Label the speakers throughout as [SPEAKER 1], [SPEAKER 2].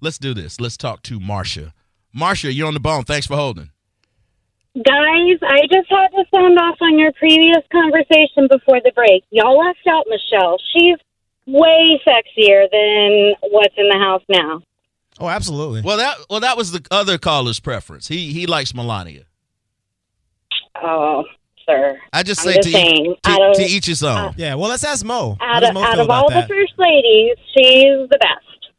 [SPEAKER 1] Let's do this. Let's talk to Marsha. Marsha, you're on the bone. Thanks for holding.
[SPEAKER 2] Guys, I just had to sound off on your previous conversation before the break. Y'all left out Michelle. She's way sexier than what's in the house now.
[SPEAKER 3] Oh, absolutely.
[SPEAKER 1] Well, that well that was the other caller's preference. He he likes Melania.
[SPEAKER 2] Oh, sir.
[SPEAKER 1] I just
[SPEAKER 2] I'm
[SPEAKER 1] say
[SPEAKER 2] just
[SPEAKER 1] to,
[SPEAKER 2] saying,
[SPEAKER 1] each, to,
[SPEAKER 2] out of-
[SPEAKER 1] to each his own.
[SPEAKER 3] Yeah. Well, let's ask Mo. How
[SPEAKER 2] Out
[SPEAKER 3] does
[SPEAKER 2] of,
[SPEAKER 3] Mo
[SPEAKER 2] out
[SPEAKER 3] feel
[SPEAKER 2] of all
[SPEAKER 3] about that?
[SPEAKER 2] the first ladies, she's the best.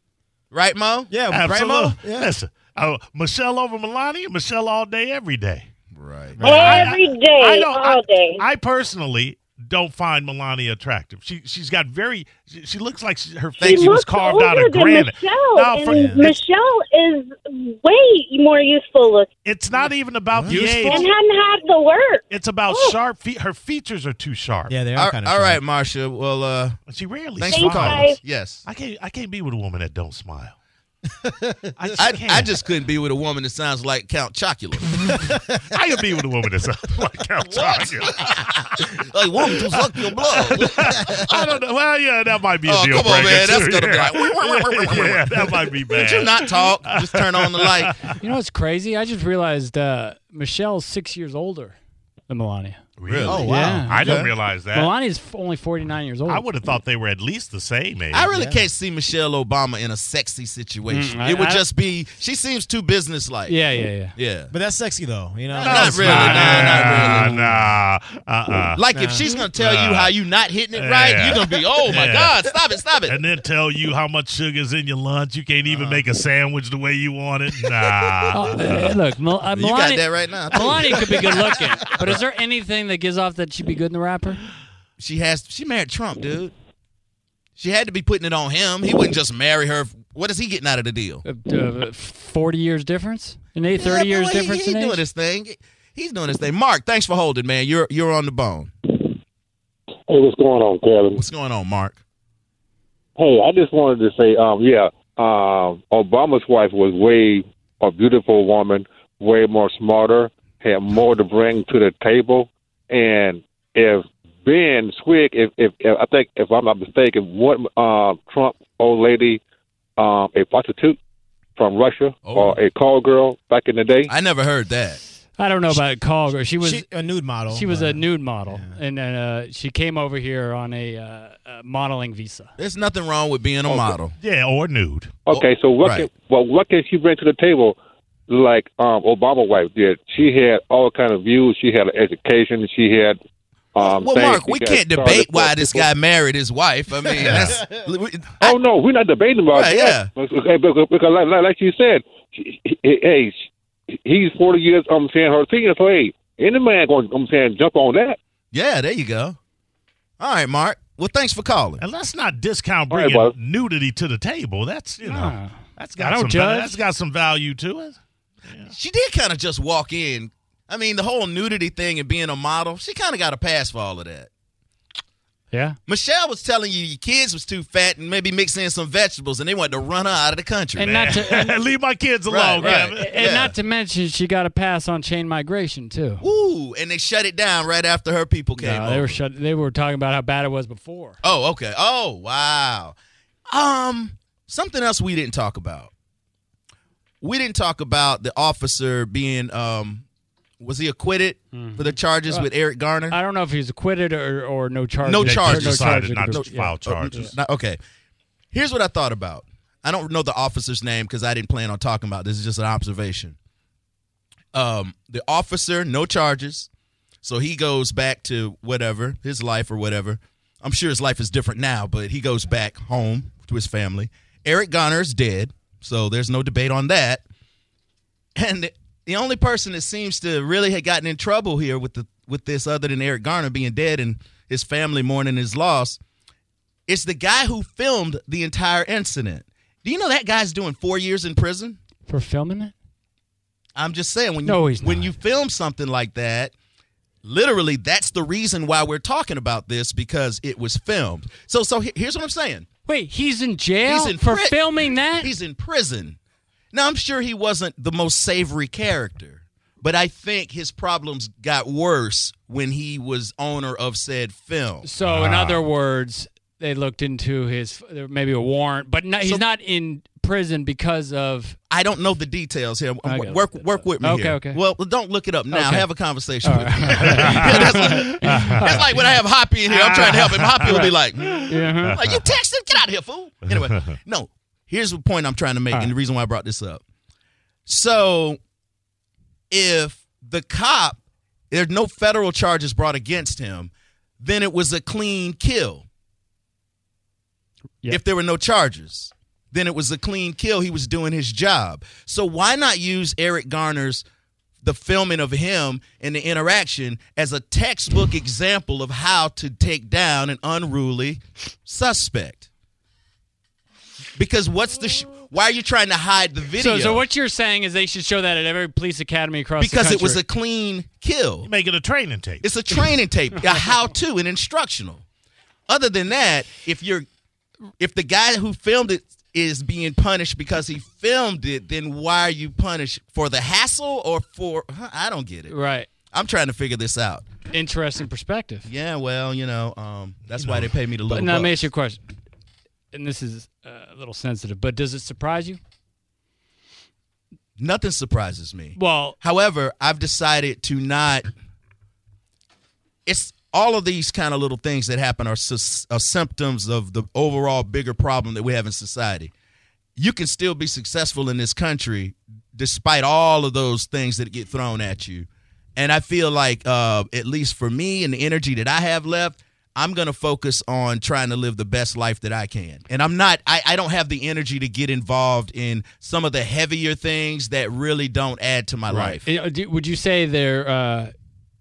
[SPEAKER 1] right, Mo?
[SPEAKER 3] yeah, right,
[SPEAKER 4] Absolutely.
[SPEAKER 3] Mo. Yeah.
[SPEAKER 4] Listen, uh, Michelle over Melania, Michelle all day, every day.
[SPEAKER 1] Right.
[SPEAKER 2] Every
[SPEAKER 4] I- I-
[SPEAKER 2] day,
[SPEAKER 4] I don't-
[SPEAKER 2] all
[SPEAKER 4] I-
[SPEAKER 2] day.
[SPEAKER 4] I personally don't find Melania attractive. She she's got very. She, she looks like she, her face
[SPEAKER 2] she
[SPEAKER 4] was
[SPEAKER 2] looks
[SPEAKER 4] carved
[SPEAKER 2] older
[SPEAKER 4] out of
[SPEAKER 2] than
[SPEAKER 4] granite.
[SPEAKER 2] Michelle,
[SPEAKER 4] No, for-
[SPEAKER 2] and
[SPEAKER 4] it's-
[SPEAKER 2] Michelle is way more useful looking
[SPEAKER 4] It's not even about the
[SPEAKER 1] Useful?
[SPEAKER 4] age.
[SPEAKER 2] and hadn't had the work.
[SPEAKER 4] It's about
[SPEAKER 2] Oh.
[SPEAKER 4] sharp feet. Her features are too sharp.
[SPEAKER 3] Yeah, they
[SPEAKER 1] All,
[SPEAKER 3] are kind of.
[SPEAKER 1] all right, Marsha. Well, uh,
[SPEAKER 4] She rarely
[SPEAKER 1] thanks for
[SPEAKER 2] Thank
[SPEAKER 4] smiles.
[SPEAKER 1] calling.
[SPEAKER 2] guys.
[SPEAKER 1] us. Yes.
[SPEAKER 4] I can't. I can't be with a woman that don't smile. I just,
[SPEAKER 1] I,
[SPEAKER 4] can't.
[SPEAKER 1] I just couldn't be with a woman that sounds like Count Chocula.
[SPEAKER 4] I could be with a woman that's like I'm talking.
[SPEAKER 1] like, woman, to suck your blood.
[SPEAKER 4] I don't know. Well, yeah, that might be a
[SPEAKER 1] Oh,
[SPEAKER 4] deal
[SPEAKER 1] come on,
[SPEAKER 4] breaker
[SPEAKER 1] man. That's
[SPEAKER 4] too.
[SPEAKER 1] gonna be
[SPEAKER 4] yeah.
[SPEAKER 1] like, "Wah, wah, wah, wah, wah, wah."
[SPEAKER 4] yeah, that might be bad.
[SPEAKER 1] Did you not talk? Just turn on the light.
[SPEAKER 5] You know what's crazy? I just realized uh, Michelle's six years older than Melania.
[SPEAKER 4] Really?
[SPEAKER 1] Oh,
[SPEAKER 3] wow. Yeah.
[SPEAKER 4] I didn't
[SPEAKER 1] Okay.
[SPEAKER 4] realize that.
[SPEAKER 5] Melania's f- only 49 years old.
[SPEAKER 4] I would have thought they were at least the same age.
[SPEAKER 1] Oh. I really can't see Michelle Obama in a sexy situation.
[SPEAKER 5] Mm, I-
[SPEAKER 1] it would
[SPEAKER 5] I-
[SPEAKER 1] just be she seems too businesslike.
[SPEAKER 5] yeah, yeah,
[SPEAKER 4] Uh,
[SPEAKER 5] yeah.
[SPEAKER 1] Yeah.
[SPEAKER 3] But that's sexy though. You know.
[SPEAKER 1] Not
[SPEAKER 3] It's
[SPEAKER 1] really,
[SPEAKER 3] not.
[SPEAKER 1] no, not
[SPEAKER 4] nah,
[SPEAKER 1] really.
[SPEAKER 4] nah, uh-uh.
[SPEAKER 1] Like if she's gonna tell you
[SPEAKER 4] Nah.
[SPEAKER 1] how you not hitting it right,
[SPEAKER 4] Yeah.
[SPEAKER 1] you're gonna be, oh my
[SPEAKER 4] Yeah.
[SPEAKER 1] God, stop it, stop it.
[SPEAKER 4] And then tell you how much sugar's in your lunch. You can't even
[SPEAKER 1] Uh-huh.
[SPEAKER 4] make a sandwich the way you want it. Nah.
[SPEAKER 5] Oh, uh, look, Mel- uh,
[SPEAKER 1] you got that
[SPEAKER 5] Melania,
[SPEAKER 1] right now.
[SPEAKER 5] Melania could be good looking, but is there anything that gives off that she'd be good in the rapper?
[SPEAKER 1] She has she married Trump, dude. She had to be putting it on him. He wouldn't just marry her. What is he getting out of the deal?
[SPEAKER 5] Uh, uh, 40 years difference? An eight, 30
[SPEAKER 1] Yeah,
[SPEAKER 5] years
[SPEAKER 1] boy, he-
[SPEAKER 5] difference
[SPEAKER 1] He,
[SPEAKER 5] in
[SPEAKER 1] doing
[SPEAKER 5] age?
[SPEAKER 1] his thing. He's doing his thing. Mark, thanks for holding, man. You're you're on the bone.
[SPEAKER 6] Hey, what's going on, Kevin?
[SPEAKER 1] What's going on, Mark?
[SPEAKER 6] Hey, I just wanted to say, um, yeah, um, Obama's wife was way a beautiful woman, way more smarter, had more to bring to the table, and if Ben Swig, if if, if I think if I'm not mistaken, what uh, Trump old lady, um, a prostitute from Russia or a call girl back in the day.
[SPEAKER 1] I never heard that.
[SPEAKER 5] I don't know about call girl. She was
[SPEAKER 3] She- a nude
[SPEAKER 4] Oh
[SPEAKER 3] model.
[SPEAKER 5] she was a
[SPEAKER 3] but-
[SPEAKER 5] nude model, and then uh, she came over here on a, uh, uh modeling visa.
[SPEAKER 1] There's nothing wrong with being a model.
[SPEAKER 4] yeah, or nude.
[SPEAKER 6] Okay, so what
[SPEAKER 1] right.
[SPEAKER 6] can well what can she bring to the table? Like um, Obama wife did, she had all kind of views. She had an education. She had. Um,
[SPEAKER 1] well,
[SPEAKER 6] things
[SPEAKER 1] Mark, we
[SPEAKER 6] she got
[SPEAKER 1] can't
[SPEAKER 6] started
[SPEAKER 1] debate
[SPEAKER 6] for
[SPEAKER 1] why this
[SPEAKER 6] people.
[SPEAKER 1] guy married his wife. I mean, that's we-
[SPEAKER 6] Oh no, we're not debating about
[SPEAKER 1] Right,
[SPEAKER 6] that. Okay, because, because like, like- like you said, she- he- he- hey, she- he's forty years. I'm saying her senior, so hey, any man going, I'm saying jump on that.
[SPEAKER 1] yeah, there you go. All right, Mark. Well, thanks for calling.
[SPEAKER 4] And let's not discount
[SPEAKER 6] All right,
[SPEAKER 4] bringing
[SPEAKER 6] bud.
[SPEAKER 4] nudity to the table. That's you know,
[SPEAKER 5] Nah.
[SPEAKER 4] Oh. that's
[SPEAKER 5] Ah.
[SPEAKER 4] got
[SPEAKER 5] I don't
[SPEAKER 4] some
[SPEAKER 5] judge.
[SPEAKER 4] that's got some value to it.
[SPEAKER 1] She did kind of just walk in. I mean, the whole nudity thing and being a model, she kind of got a pass for all of that.
[SPEAKER 5] Yeah,
[SPEAKER 1] Michelle was telling you your kids was too fat and maybe mix in some vegetables, and they wanted to run her out of the country.
[SPEAKER 5] and not to and,
[SPEAKER 4] Leave my kids
[SPEAKER 1] Right,
[SPEAKER 4] alone,
[SPEAKER 1] right.
[SPEAKER 4] Kevin.
[SPEAKER 5] and
[SPEAKER 1] Yeah.
[SPEAKER 5] not to mention she got a pass on chain migration too.
[SPEAKER 1] Ooh, and they shut it down right after her people came.
[SPEAKER 5] No, they
[SPEAKER 1] over.
[SPEAKER 5] were shut. They were talking about how bad it was before.
[SPEAKER 1] Oh, okay. Oh, wow. Um, something else we didn't talk about. We didn't talk about the officer being um was he acquitted for the charges with Eric Garner?
[SPEAKER 5] Mm-hmm. I don't know if he was acquitted or, or no charges.
[SPEAKER 1] No
[SPEAKER 5] Or
[SPEAKER 4] They
[SPEAKER 1] charges.
[SPEAKER 4] just decided
[SPEAKER 5] charges.
[SPEAKER 4] not to
[SPEAKER 5] Yeah.
[SPEAKER 4] file charges.
[SPEAKER 1] Not- okay. Here's what I thought about. I don't know the officer's name because I didn't plan on talking about it. this. Is just an observation. Um, the officer, no charges, so he goes back to whatever his life or whatever. I'm sure his life is different now, but he goes back home to his family. Eric Garner is dead, so there's no debate on that. And the only person that seems to really have gotten in trouble here with the with this, other than Eric Garner being dead and his family mourning his loss, it's the guy who filmed the entire incident. Do you know that guy's doing four years in prison?
[SPEAKER 5] for filming it.
[SPEAKER 1] I'm just saying when you,
[SPEAKER 5] No, he's
[SPEAKER 1] when
[SPEAKER 5] not.
[SPEAKER 1] you film something like that, literally that's the reason why we're talking about this because it was filmed. So so he- here's what I'm saying.
[SPEAKER 5] Wait, he's in jail
[SPEAKER 1] He's in
[SPEAKER 5] for
[SPEAKER 1] pri-
[SPEAKER 5] filming that.
[SPEAKER 1] He's in prison. Now I'm sure he wasn't the most savory character, but I think his problems got worse when he was owner of said film.
[SPEAKER 5] so,
[SPEAKER 4] Ah.
[SPEAKER 5] in other words, they looked into his there may be a warrant, but no, he's
[SPEAKER 1] So-
[SPEAKER 5] not in prison because of
[SPEAKER 1] I don't know the details here.
[SPEAKER 5] I gotta
[SPEAKER 1] Work
[SPEAKER 5] look that
[SPEAKER 1] work
[SPEAKER 5] up.
[SPEAKER 1] with me
[SPEAKER 5] Okay,
[SPEAKER 1] here.
[SPEAKER 5] okay.
[SPEAKER 1] Well, don't look it up now.
[SPEAKER 5] Okay.
[SPEAKER 1] Have a conversation with me. that's, like, that's like when I have Hoppy in here. I'm trying to help him. Hoppy will be like,
[SPEAKER 4] Uh,
[SPEAKER 5] yeah,
[SPEAKER 1] like, you text him? Get out of here, fool. Anyway, no. Here's the point I'm trying to make,
[SPEAKER 5] All right.
[SPEAKER 1] and the reason why I brought this up. So, if the cop, there's no federal charges brought against him, then it was a clean kill.
[SPEAKER 5] Yep.
[SPEAKER 1] If there were no charges, then it was a clean kill. He was doing his job. So, why not use Eric Garner's the filming of him and the interaction as a textbook example of how to take down an unruly suspect. Because what's the sh- why are you trying to hide the video?
[SPEAKER 5] So, so what you're saying is they should show that at every police academy across the
[SPEAKER 1] because
[SPEAKER 5] country.
[SPEAKER 1] it was a clean kill.
[SPEAKER 4] Make it a training tape.
[SPEAKER 1] It's a training tape, a how-to, an instructional. Other than that, if you're if the guy who filmed it is being punished because he filmed it, then why are you punished for the hassle or for I don't get it.
[SPEAKER 5] right.
[SPEAKER 1] I'm trying to figure this out.
[SPEAKER 5] Interesting perspective.
[SPEAKER 1] Yeah, well, you know, um, that's why they pay me the little.
[SPEAKER 5] now let me
[SPEAKER 1] bucks.
[SPEAKER 5] ask you a question, and this is uh, a little sensitive, but does it surprise you?
[SPEAKER 1] Nothing surprises me.
[SPEAKER 5] Well,
[SPEAKER 1] However, I've decided to not. It's all of these kind of little things that happen are, sys- are symptoms of the overall bigger problem that we have in society. You can still be successful in this country despite all of those things that get thrown at you. And I feel like, uh, at least for me and the energy that I have left, I'm going to focus on trying to live the best life that I can. And I'm not, I, I don't have the energy to get involved in some of the heavier things that really don't add to my life.
[SPEAKER 5] eh, do- would you say they're uh,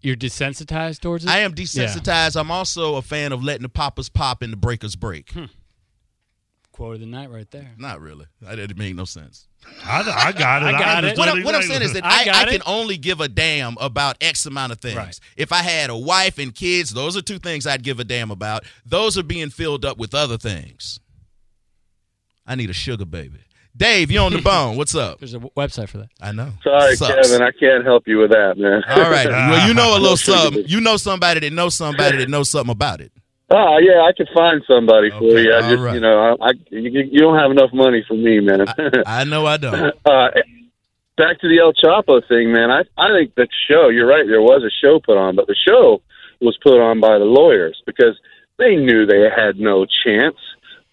[SPEAKER 5] you're desensitized towards it?
[SPEAKER 1] I am desensitized. I'm also a fan of letting the poppers pop and the breakers break.
[SPEAKER 5] Quote of the night, right there.
[SPEAKER 1] Not really. That didn't make no sense.
[SPEAKER 4] I, I got it.
[SPEAKER 5] I got it.
[SPEAKER 4] understood
[SPEAKER 1] What I'm, what I'm saying
[SPEAKER 4] exactly.
[SPEAKER 1] is that
[SPEAKER 5] I
[SPEAKER 1] I,
[SPEAKER 5] got
[SPEAKER 1] I,
[SPEAKER 5] it.
[SPEAKER 1] can only give a damn about X amount of things.
[SPEAKER 5] Right.
[SPEAKER 1] If I had a wife and kids, those are two things I'd give a damn about. Those are being filled up with other things. I need a sugar baby. Dave, you on the bone. What's up?
[SPEAKER 5] There's a w- website for that.
[SPEAKER 1] I know.
[SPEAKER 6] Sorry,
[SPEAKER 1] Sucks.
[SPEAKER 6] Kevin, I can't help you with that, man.
[SPEAKER 1] All right. Well, you know a little
[SPEAKER 6] sugar
[SPEAKER 1] something.
[SPEAKER 6] baby.
[SPEAKER 1] You know somebody that knows somebody that knows something about it.
[SPEAKER 6] Oh yeah, I could find somebody for
[SPEAKER 1] Okay,
[SPEAKER 6] you. I
[SPEAKER 1] all
[SPEAKER 6] just,
[SPEAKER 1] right.
[SPEAKER 6] you know, I, I you, you don't have enough money for me, man.
[SPEAKER 1] I know I don't.
[SPEAKER 6] uh, back to the El Chapo thing, man. I I think the show. You're right. There was a show put on, but the show was put on by the lawyers because they knew they had no chance.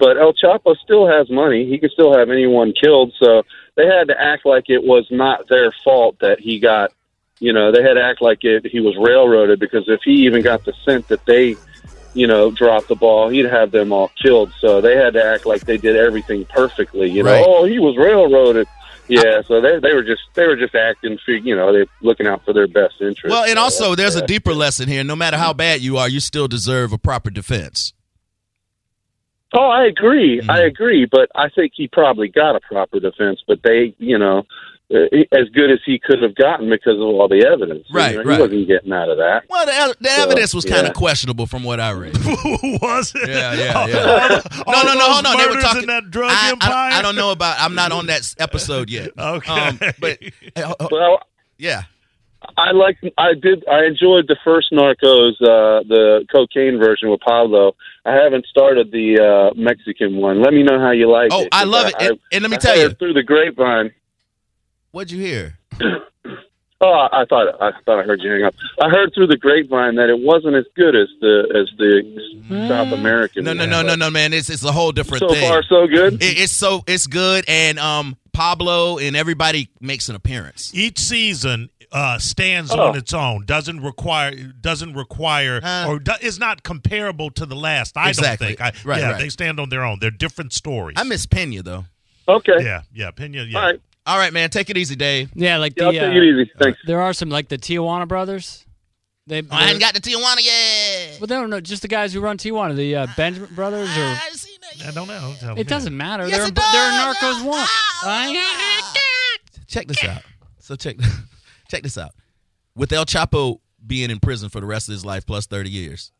[SPEAKER 6] But El Chapo still has money. He could still have anyone killed. So they had to act like it was not their fault that he got. You know, they had to act like it. He was railroaded because if he even got the scent that they. You know, dropped the ball. He'd have them all killed. So they had to act like they did everything perfectly. You know,
[SPEAKER 1] Right.
[SPEAKER 6] oh, he was railroaded. Yeah, so they they were just they were just acting for you know they're looking out for their best interest.
[SPEAKER 1] Well, and also there's
[SPEAKER 6] Yeah.
[SPEAKER 1] a deeper lesson here. No matter how bad you are, you still deserve a proper defense.
[SPEAKER 6] oh, I agree,
[SPEAKER 1] Mhm.
[SPEAKER 6] I agree, but I think he probably got a proper defense, but they you know uh, as good as he could have gotten because of all the evidence. You
[SPEAKER 1] Right,
[SPEAKER 6] know,
[SPEAKER 1] right.
[SPEAKER 6] he wasn't getting out of that.
[SPEAKER 1] Well, the, the evidence was kind
[SPEAKER 6] yeah.
[SPEAKER 1] of questionable from what I read.
[SPEAKER 4] was it?
[SPEAKER 1] Yeah, yeah, yeah.
[SPEAKER 4] All
[SPEAKER 1] no, no, no,
[SPEAKER 4] those
[SPEAKER 1] hold on. They were
[SPEAKER 4] murders
[SPEAKER 1] talking
[SPEAKER 4] in that Oh, drug
[SPEAKER 1] I,
[SPEAKER 4] empire. Oh.
[SPEAKER 1] I, I don't know about. I'm not on that s- episode yet.
[SPEAKER 4] Okay.
[SPEAKER 1] but uh, uh,
[SPEAKER 6] Well,
[SPEAKER 1] yeah,
[SPEAKER 6] I liked I did I enjoyed the first Narcos, uh, the cocaine version with Pablo. I haven't started the uh, Mexican one. Let me know how you like
[SPEAKER 1] Oh,
[SPEAKER 6] it.
[SPEAKER 1] I love it. And- and let me
[SPEAKER 6] I
[SPEAKER 1] tell
[SPEAKER 6] heard
[SPEAKER 1] you-
[SPEAKER 6] through the grapevine.
[SPEAKER 1] what'd you hear?
[SPEAKER 6] Oh, I I thought I thought I heard you hang up. I heard through the grapevine that it wasn't as good as the as the South American.
[SPEAKER 1] No, no,
[SPEAKER 6] one,
[SPEAKER 1] no, no,
[SPEAKER 6] but
[SPEAKER 1] no, man. It's it's a whole different
[SPEAKER 6] So
[SPEAKER 1] thing.
[SPEAKER 6] far, so good.
[SPEAKER 1] It- it's so it's good, and um, Pablo and everybody makes an appearance.
[SPEAKER 4] Each season uh, stands
[SPEAKER 6] Oh.
[SPEAKER 4] on its own. Doesn't require. Doesn't require
[SPEAKER 1] Uh.
[SPEAKER 4] or do, is not comparable to the last. I
[SPEAKER 1] Exactly.
[SPEAKER 4] don't think. I,
[SPEAKER 1] Right,
[SPEAKER 4] yeah,
[SPEAKER 1] right.
[SPEAKER 4] they stand on their own. They're different stories.
[SPEAKER 1] I miss Pena though.
[SPEAKER 6] Okay.
[SPEAKER 4] Yeah, yeah. Pena. Yeah.
[SPEAKER 6] All right.
[SPEAKER 1] All right, man. Take it easy, Dave.
[SPEAKER 5] Yeah, like
[SPEAKER 6] Yeah, I'll
[SPEAKER 5] the
[SPEAKER 6] take
[SPEAKER 5] uh,
[SPEAKER 6] it easy. Thanks.
[SPEAKER 5] there are some like the Tijuana brothers. They
[SPEAKER 1] I hadn't got to Tijuana yet.
[SPEAKER 5] well, they don't know just the guys who run Tijuana, the uh, Benjamin brothers or
[SPEAKER 1] I haven't seen that yet.
[SPEAKER 4] I don't know.
[SPEAKER 5] It doesn't matter.
[SPEAKER 1] Yes,
[SPEAKER 5] they're,
[SPEAKER 1] it does.
[SPEAKER 5] they're narcos one.
[SPEAKER 1] Ah,
[SPEAKER 5] I-
[SPEAKER 1] check this out. So check check this out. With El Chapo being in prison for the rest of his life plus 30 years,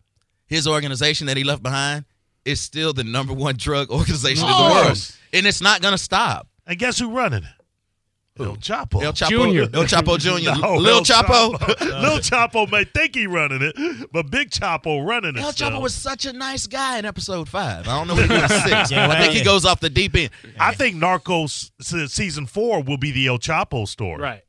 [SPEAKER 1] his organization that he left behind is still the number one drug organization in the world. And it's not going to stop.
[SPEAKER 4] And guess who running? it? El Chapo.
[SPEAKER 1] El Chapo
[SPEAKER 5] Junior.
[SPEAKER 1] El Chapo Junior.
[SPEAKER 4] No,
[SPEAKER 1] Lil
[SPEAKER 4] El
[SPEAKER 1] Chapo.
[SPEAKER 4] Lil Chapo may think he running it, but Big Chapo running it.
[SPEAKER 1] El
[SPEAKER 4] still.
[SPEAKER 1] Chapo was such a nice guy in episode five. I don't know what he was in six.
[SPEAKER 3] Yeah,
[SPEAKER 1] I think he
[SPEAKER 3] right.
[SPEAKER 1] goes off the deep end.
[SPEAKER 4] I think Narcos se- season four will be the El Chapo story.
[SPEAKER 5] Right.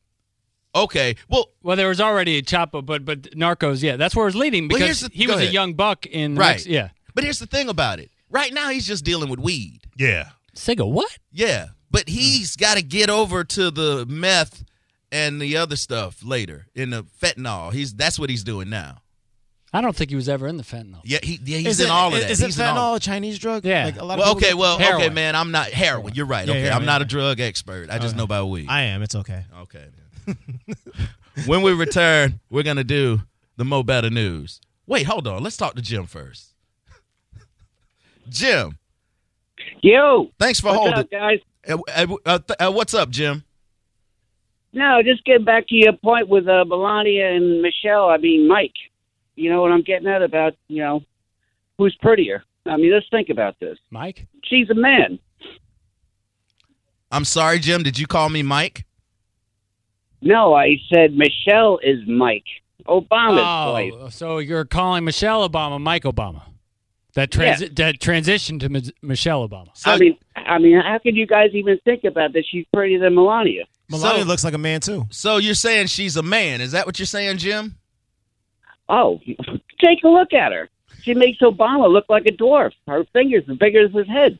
[SPEAKER 1] Okay, well,
[SPEAKER 5] Well, there was already a Chapo, but but Narcos, yeah, that's where it's leading
[SPEAKER 1] Well, here's
[SPEAKER 5] because
[SPEAKER 1] the-
[SPEAKER 5] he
[SPEAKER 1] go
[SPEAKER 5] was
[SPEAKER 1] ahead.
[SPEAKER 5] a young buck in the
[SPEAKER 1] Right.
[SPEAKER 5] Mex- yeah.
[SPEAKER 1] but here's the thing about it. Right now, he's just dealing with weed.
[SPEAKER 4] Yeah.
[SPEAKER 5] Siga, what?
[SPEAKER 1] Yeah, but he's got to get over to the meth and the other stuff later in the fentanyl. He's that's what he's doing now.
[SPEAKER 5] I don't think he was ever in the fentanyl.
[SPEAKER 1] Yeah, he, yeah, he's
[SPEAKER 3] Is
[SPEAKER 1] in
[SPEAKER 3] it-
[SPEAKER 1] all of that.
[SPEAKER 3] Is it
[SPEAKER 1] He's in all-
[SPEAKER 3] fentanyl a Chinese drug?
[SPEAKER 5] Yeah.
[SPEAKER 3] Like a lot of
[SPEAKER 1] Well,
[SPEAKER 3] people
[SPEAKER 1] okay,
[SPEAKER 3] get-
[SPEAKER 1] well, okay,
[SPEAKER 5] Heroin.
[SPEAKER 1] man. I'm not heroin. You're right.
[SPEAKER 5] Yeah,
[SPEAKER 1] okay, I'm
[SPEAKER 5] heroin,
[SPEAKER 1] not a
[SPEAKER 5] yeah.
[SPEAKER 1] drug expert. I just know about weed.
[SPEAKER 3] I am. It's okay.
[SPEAKER 1] okay. when we return, we're gonna do the Mo Better News. Wait, hold on. Let's talk to Jim first. Jim,
[SPEAKER 7] Yo,
[SPEAKER 1] thanks for
[SPEAKER 7] what's
[SPEAKER 1] holding.
[SPEAKER 7] up, guys?
[SPEAKER 1] Uh, uh, uh, th- uh, what's up, Jim?
[SPEAKER 7] No, just get back to your point with uh, Melania and Michelle. I mean, Mike. You know what I'm getting at about you know who's prettier. I mean, let's think about this.
[SPEAKER 5] Mike?
[SPEAKER 7] She's a man.
[SPEAKER 1] I'm sorry, Jim. Did you call me Mike?
[SPEAKER 7] No, I said Michelle is Mike. Obama's wife.
[SPEAKER 5] Oh, so you're calling Michelle Obama Mike Obama. That transi- that transition to Ms. Michelle Obama.
[SPEAKER 1] So-
[SPEAKER 7] I mean, I mean, how could you guys even think about that? She's prettier than Melania.
[SPEAKER 3] Melania
[SPEAKER 1] So-
[SPEAKER 3] looks like a man too.
[SPEAKER 1] So you're saying she's a man? Is that what you're saying, Jim?
[SPEAKER 7] Oh, take a look at her. She makes Obama look like a dwarf. Her fingers are bigger than his head.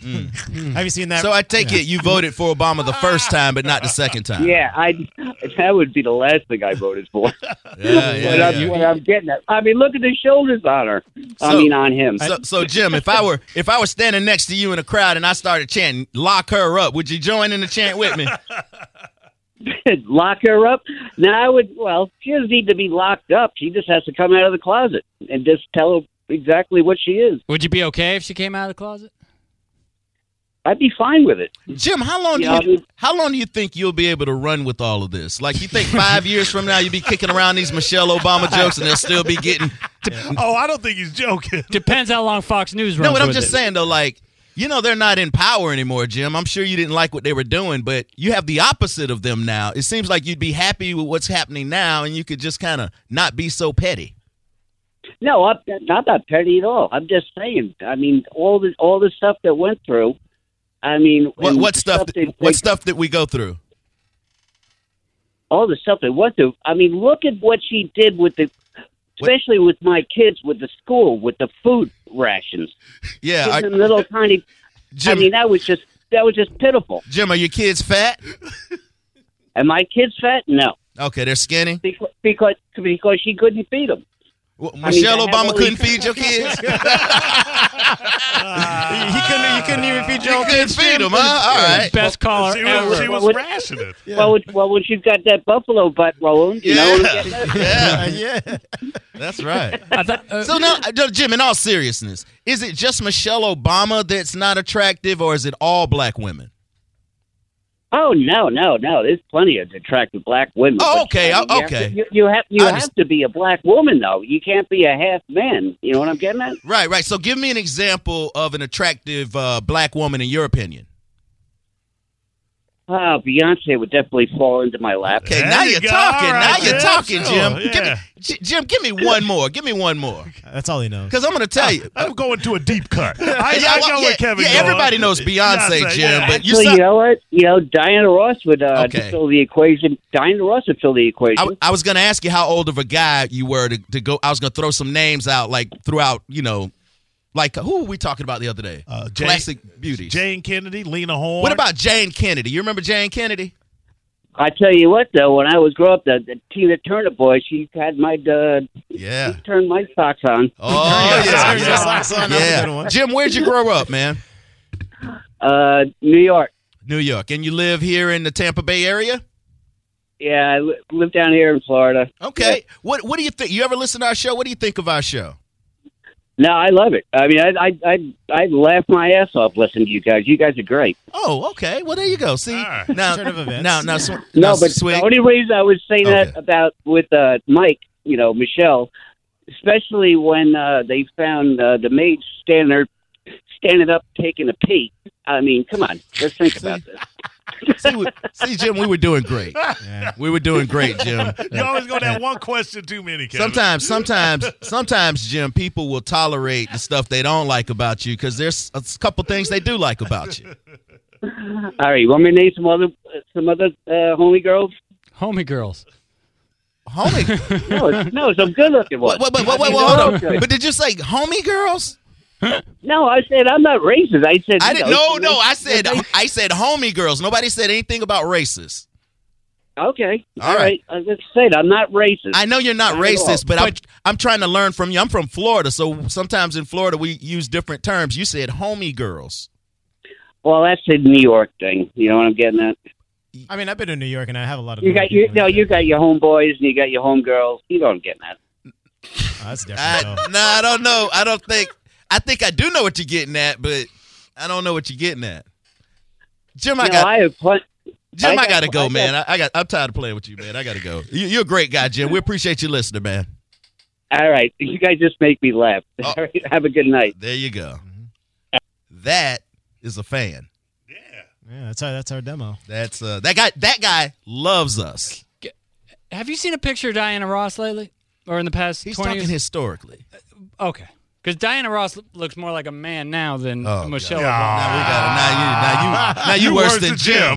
[SPEAKER 3] Have you seen that?
[SPEAKER 1] Hmm. So I take it you voted for Obama the first time, but not the second time.
[SPEAKER 7] Yeah, I. That would be the last thing I voted for.
[SPEAKER 1] yeah,
[SPEAKER 7] what,
[SPEAKER 1] yeah,
[SPEAKER 7] I'm,
[SPEAKER 1] yeah.
[SPEAKER 7] what I'm getting at. I mean, look at the shoulders on her. I
[SPEAKER 1] So-
[SPEAKER 7] mean, on him.
[SPEAKER 1] So, so Jim, if I were if I were standing next to you in a crowd and I started chanting "Lock her up," would you join in the chant with me?
[SPEAKER 7] Lock her up. Now I would. Well, she doesn't need to be locked up. She just has to come out of the closet and just tell her exactly what she is.
[SPEAKER 5] Would you be okay if she came out of the closet?
[SPEAKER 7] I'd be fine with it.
[SPEAKER 1] Jim, how long
[SPEAKER 7] Yeah.
[SPEAKER 1] do you how long do you think you'll be able to run with all of this? Like, you think five years from now you'll be kicking around these Michelle Obama jokes and they'll still be getting?
[SPEAKER 4] Oh, I don't think he's joking.
[SPEAKER 5] Depends how long Fox News runs.
[SPEAKER 1] No, but I'm
[SPEAKER 5] with
[SPEAKER 1] just
[SPEAKER 5] it.
[SPEAKER 1] saying though, like. You know they're not in power anymore, Jim. I'm sure you didn't like what they were doing, but you have the opposite of them now. It seems like you'd be happy with what's happening now, and you could just kind of not be so petty.
[SPEAKER 7] No, I'm, I'm not petty at all. I'm just saying. I mean, all the all the stuff that went through. I mean,
[SPEAKER 1] What,
[SPEAKER 7] and
[SPEAKER 1] what
[SPEAKER 7] the
[SPEAKER 1] stuff?
[SPEAKER 7] they-
[SPEAKER 1] What stuff did we go through?
[SPEAKER 7] all the stuff they went through. I mean, look at what she did with the,
[SPEAKER 1] What-
[SPEAKER 7] especially with my kids, with the school, with the food rations.
[SPEAKER 1] Yeah,
[SPEAKER 7] Giving
[SPEAKER 1] I,
[SPEAKER 7] them little tiny.
[SPEAKER 1] Jim.
[SPEAKER 7] I mean, that was just that was just pitiful.
[SPEAKER 1] Jim, are your kids fat?
[SPEAKER 7] And my kids fat? No,
[SPEAKER 1] Okay, they're skinny.
[SPEAKER 7] because because, because she couldn't feed them.
[SPEAKER 1] W-
[SPEAKER 7] I mean,
[SPEAKER 1] Michelle
[SPEAKER 7] they have
[SPEAKER 1] Obama
[SPEAKER 7] all
[SPEAKER 1] couldn't
[SPEAKER 7] these-
[SPEAKER 1] feed your kids. you
[SPEAKER 3] he, he couldn't. He couldn't even feed Joe.
[SPEAKER 1] couldn't feed them, huh? All right.
[SPEAKER 5] Best caller
[SPEAKER 4] She
[SPEAKER 5] ever.
[SPEAKER 4] was, she was
[SPEAKER 7] What-
[SPEAKER 4] rationing.
[SPEAKER 7] Well, when- well, when she's got that buffalo butt rolling, you know. what I'm getting at?
[SPEAKER 1] Yeah, yeah,
[SPEAKER 3] yeah.
[SPEAKER 1] that's right.
[SPEAKER 5] I thought- uh,
[SPEAKER 1] So now, uh, Jim, in all seriousness, is it just Michelle Obama that's not attractive, or is it all black women?
[SPEAKER 7] Oh no, no, no! There's plenty of attractive black women.
[SPEAKER 1] Oh,
[SPEAKER 7] But,
[SPEAKER 1] okay,
[SPEAKER 7] I mean,
[SPEAKER 1] oh,
[SPEAKER 7] you have
[SPEAKER 1] okay.
[SPEAKER 7] to- You, you have you
[SPEAKER 1] I
[SPEAKER 7] have to be a black woman though. You can't be a half man. You know what I'm getting at?
[SPEAKER 1] Right, right. So give me an example of an attractive uh, black woman in your opinion.
[SPEAKER 7] Oh, Beyonce would definitely fall into my lap.
[SPEAKER 1] Okay,
[SPEAKER 4] There
[SPEAKER 1] now
[SPEAKER 4] you
[SPEAKER 1] you're
[SPEAKER 4] go.
[SPEAKER 1] talking.
[SPEAKER 4] All right,
[SPEAKER 1] now you're
[SPEAKER 4] Jim,
[SPEAKER 1] talking, Jim.
[SPEAKER 3] Oh,
[SPEAKER 4] sure,
[SPEAKER 1] Give me,
[SPEAKER 4] yeah.
[SPEAKER 1] J- Jim, give me one more. Give me one more.
[SPEAKER 3] That's all he knows.
[SPEAKER 1] Because I'm going to tell you.
[SPEAKER 4] I'm going to a deep cut. I,
[SPEAKER 1] Yeah,
[SPEAKER 4] I
[SPEAKER 1] well,
[SPEAKER 4] know
[SPEAKER 1] yeah,
[SPEAKER 4] where Kevin
[SPEAKER 1] yeah,
[SPEAKER 4] going.
[SPEAKER 1] everybody knows Beyonce,
[SPEAKER 4] Beyonce,
[SPEAKER 1] Jim,
[SPEAKER 4] yeah.
[SPEAKER 1] but you
[SPEAKER 7] So
[SPEAKER 1] sound-
[SPEAKER 7] you know what? You know Diana Ross would uh,
[SPEAKER 1] Okay.
[SPEAKER 7] fill the equation. Diana Ross would fill the equation.
[SPEAKER 1] I, I was gonna ask you how old of a guy you were to, to go. I was gonna throw some names out, like throughout, you know, like who were we talking about the other day?
[SPEAKER 4] Uh, Jane-
[SPEAKER 1] Classic beauties.
[SPEAKER 4] Jane Kennedy, Lena Horne.
[SPEAKER 1] What about Jane Kennedy? You remember Jane Kennedy?
[SPEAKER 7] I tell you what, though, when I was growing up, the, the Tina Turner boy, she had my uh,
[SPEAKER 1] Yeah.
[SPEAKER 7] turned my socks on.
[SPEAKER 1] Oh yeah,
[SPEAKER 3] Turn your socks
[SPEAKER 1] yeah.
[SPEAKER 3] on. That's a
[SPEAKER 1] Yeah.
[SPEAKER 3] good one.
[SPEAKER 1] Jim, where'd you grow up, man?
[SPEAKER 7] Uh, New York.
[SPEAKER 1] New York, and you live here in the Tampa Bay area.
[SPEAKER 7] Yeah, I li- live down here in Florida.
[SPEAKER 1] Okay. What What do you think? You ever listen to our show? What do you think of our show?
[SPEAKER 7] No, I love it. I mean, I I I, I laugh my ass off listening to you guys. You guys are great.
[SPEAKER 1] Oh, okay. Well, there you go. See
[SPEAKER 4] All right.
[SPEAKER 1] now,
[SPEAKER 3] Turn of events.
[SPEAKER 1] now, now, sw-
[SPEAKER 7] No,
[SPEAKER 1] now,
[SPEAKER 7] but
[SPEAKER 1] Swig.
[SPEAKER 7] the only reason I would say that
[SPEAKER 1] Okay.
[SPEAKER 7] about with uh, Mike, you know, Michelle, especially when uh, they found uh, the maid standing there, standing up taking a pee. I mean, come on, let's think about this.
[SPEAKER 1] see, we, see, Jim, we were doing great.
[SPEAKER 3] Yeah.
[SPEAKER 1] We were doing great, Jim.
[SPEAKER 4] You always go that one question too many. Kevin.
[SPEAKER 1] Sometimes, sometimes, sometimes, Jim, people will tolerate the stuff they don't like about you because there's a couple things they do like about you.
[SPEAKER 7] All right, you want me to name some other some other uh, homie girls?
[SPEAKER 5] Homie girls.
[SPEAKER 1] Homie,
[SPEAKER 7] No, it's, no, some good looking
[SPEAKER 1] wait,
[SPEAKER 7] ones.
[SPEAKER 1] wait, wait,
[SPEAKER 7] I
[SPEAKER 1] wait, wait,
[SPEAKER 7] mean,
[SPEAKER 1] hold
[SPEAKER 7] they're all
[SPEAKER 1] on.
[SPEAKER 7] good.
[SPEAKER 1] But did you say homie girls?
[SPEAKER 7] No, I said I'm not racist. I said
[SPEAKER 1] I
[SPEAKER 7] you
[SPEAKER 1] didn't.
[SPEAKER 7] know,
[SPEAKER 1] No, no, I said I said homie girls. Nobody said anything about racists.
[SPEAKER 7] Okay,
[SPEAKER 1] All
[SPEAKER 7] all right. I just said I'm not racist.
[SPEAKER 1] I know you're not
[SPEAKER 7] Not at all.
[SPEAKER 1] racist, but I'm, I'm trying to learn from you. I'm from Florida, so sometimes in Florida we use different terms. You said homie girls.
[SPEAKER 7] well, that's the New York thing. You know what I'm getting at?
[SPEAKER 3] I mean, I've been to New York and I have a lot of.
[SPEAKER 7] You
[SPEAKER 3] New York
[SPEAKER 7] got you
[SPEAKER 3] people
[SPEAKER 7] no,
[SPEAKER 3] like
[SPEAKER 7] you
[SPEAKER 3] that.
[SPEAKER 7] got your homeboys and you got your homegirls. You know what I'm getting at?
[SPEAKER 3] Oh, that's
[SPEAKER 1] I,
[SPEAKER 3] different.
[SPEAKER 1] no, I don't know. I don't think. I think I do know what you're getting at, but I don't know what you're getting at. Jim, I
[SPEAKER 7] no,
[SPEAKER 1] got
[SPEAKER 7] I have plenty.
[SPEAKER 1] Jim. I,
[SPEAKER 7] I got-
[SPEAKER 1] gotta go,
[SPEAKER 7] I got-
[SPEAKER 1] man. I, I got. I'm tired of playing with you, man. I gotta go. You, you're a great guy, Jim. We appreciate you listening, man.
[SPEAKER 7] All right, you guys just make me laugh.
[SPEAKER 1] Oh.
[SPEAKER 7] All right, have a good night.
[SPEAKER 1] There you go. That is a fan.
[SPEAKER 3] though. yeah, that's our that's our demo.
[SPEAKER 1] That's uh, that guy. That guy loves us.
[SPEAKER 5] Have you seen a picture of Diana Ross lately? Or in the past
[SPEAKER 1] He's
[SPEAKER 5] 20
[SPEAKER 1] talking
[SPEAKER 5] years?
[SPEAKER 1] historically.
[SPEAKER 5] okay. Because Diana Ross l- looks more like a man now than
[SPEAKER 1] Oh,
[SPEAKER 5] Michelle
[SPEAKER 1] God.
[SPEAKER 5] Obama.
[SPEAKER 1] Now we got it. Now you. Now you. Now you,
[SPEAKER 4] You
[SPEAKER 1] worse than Jim.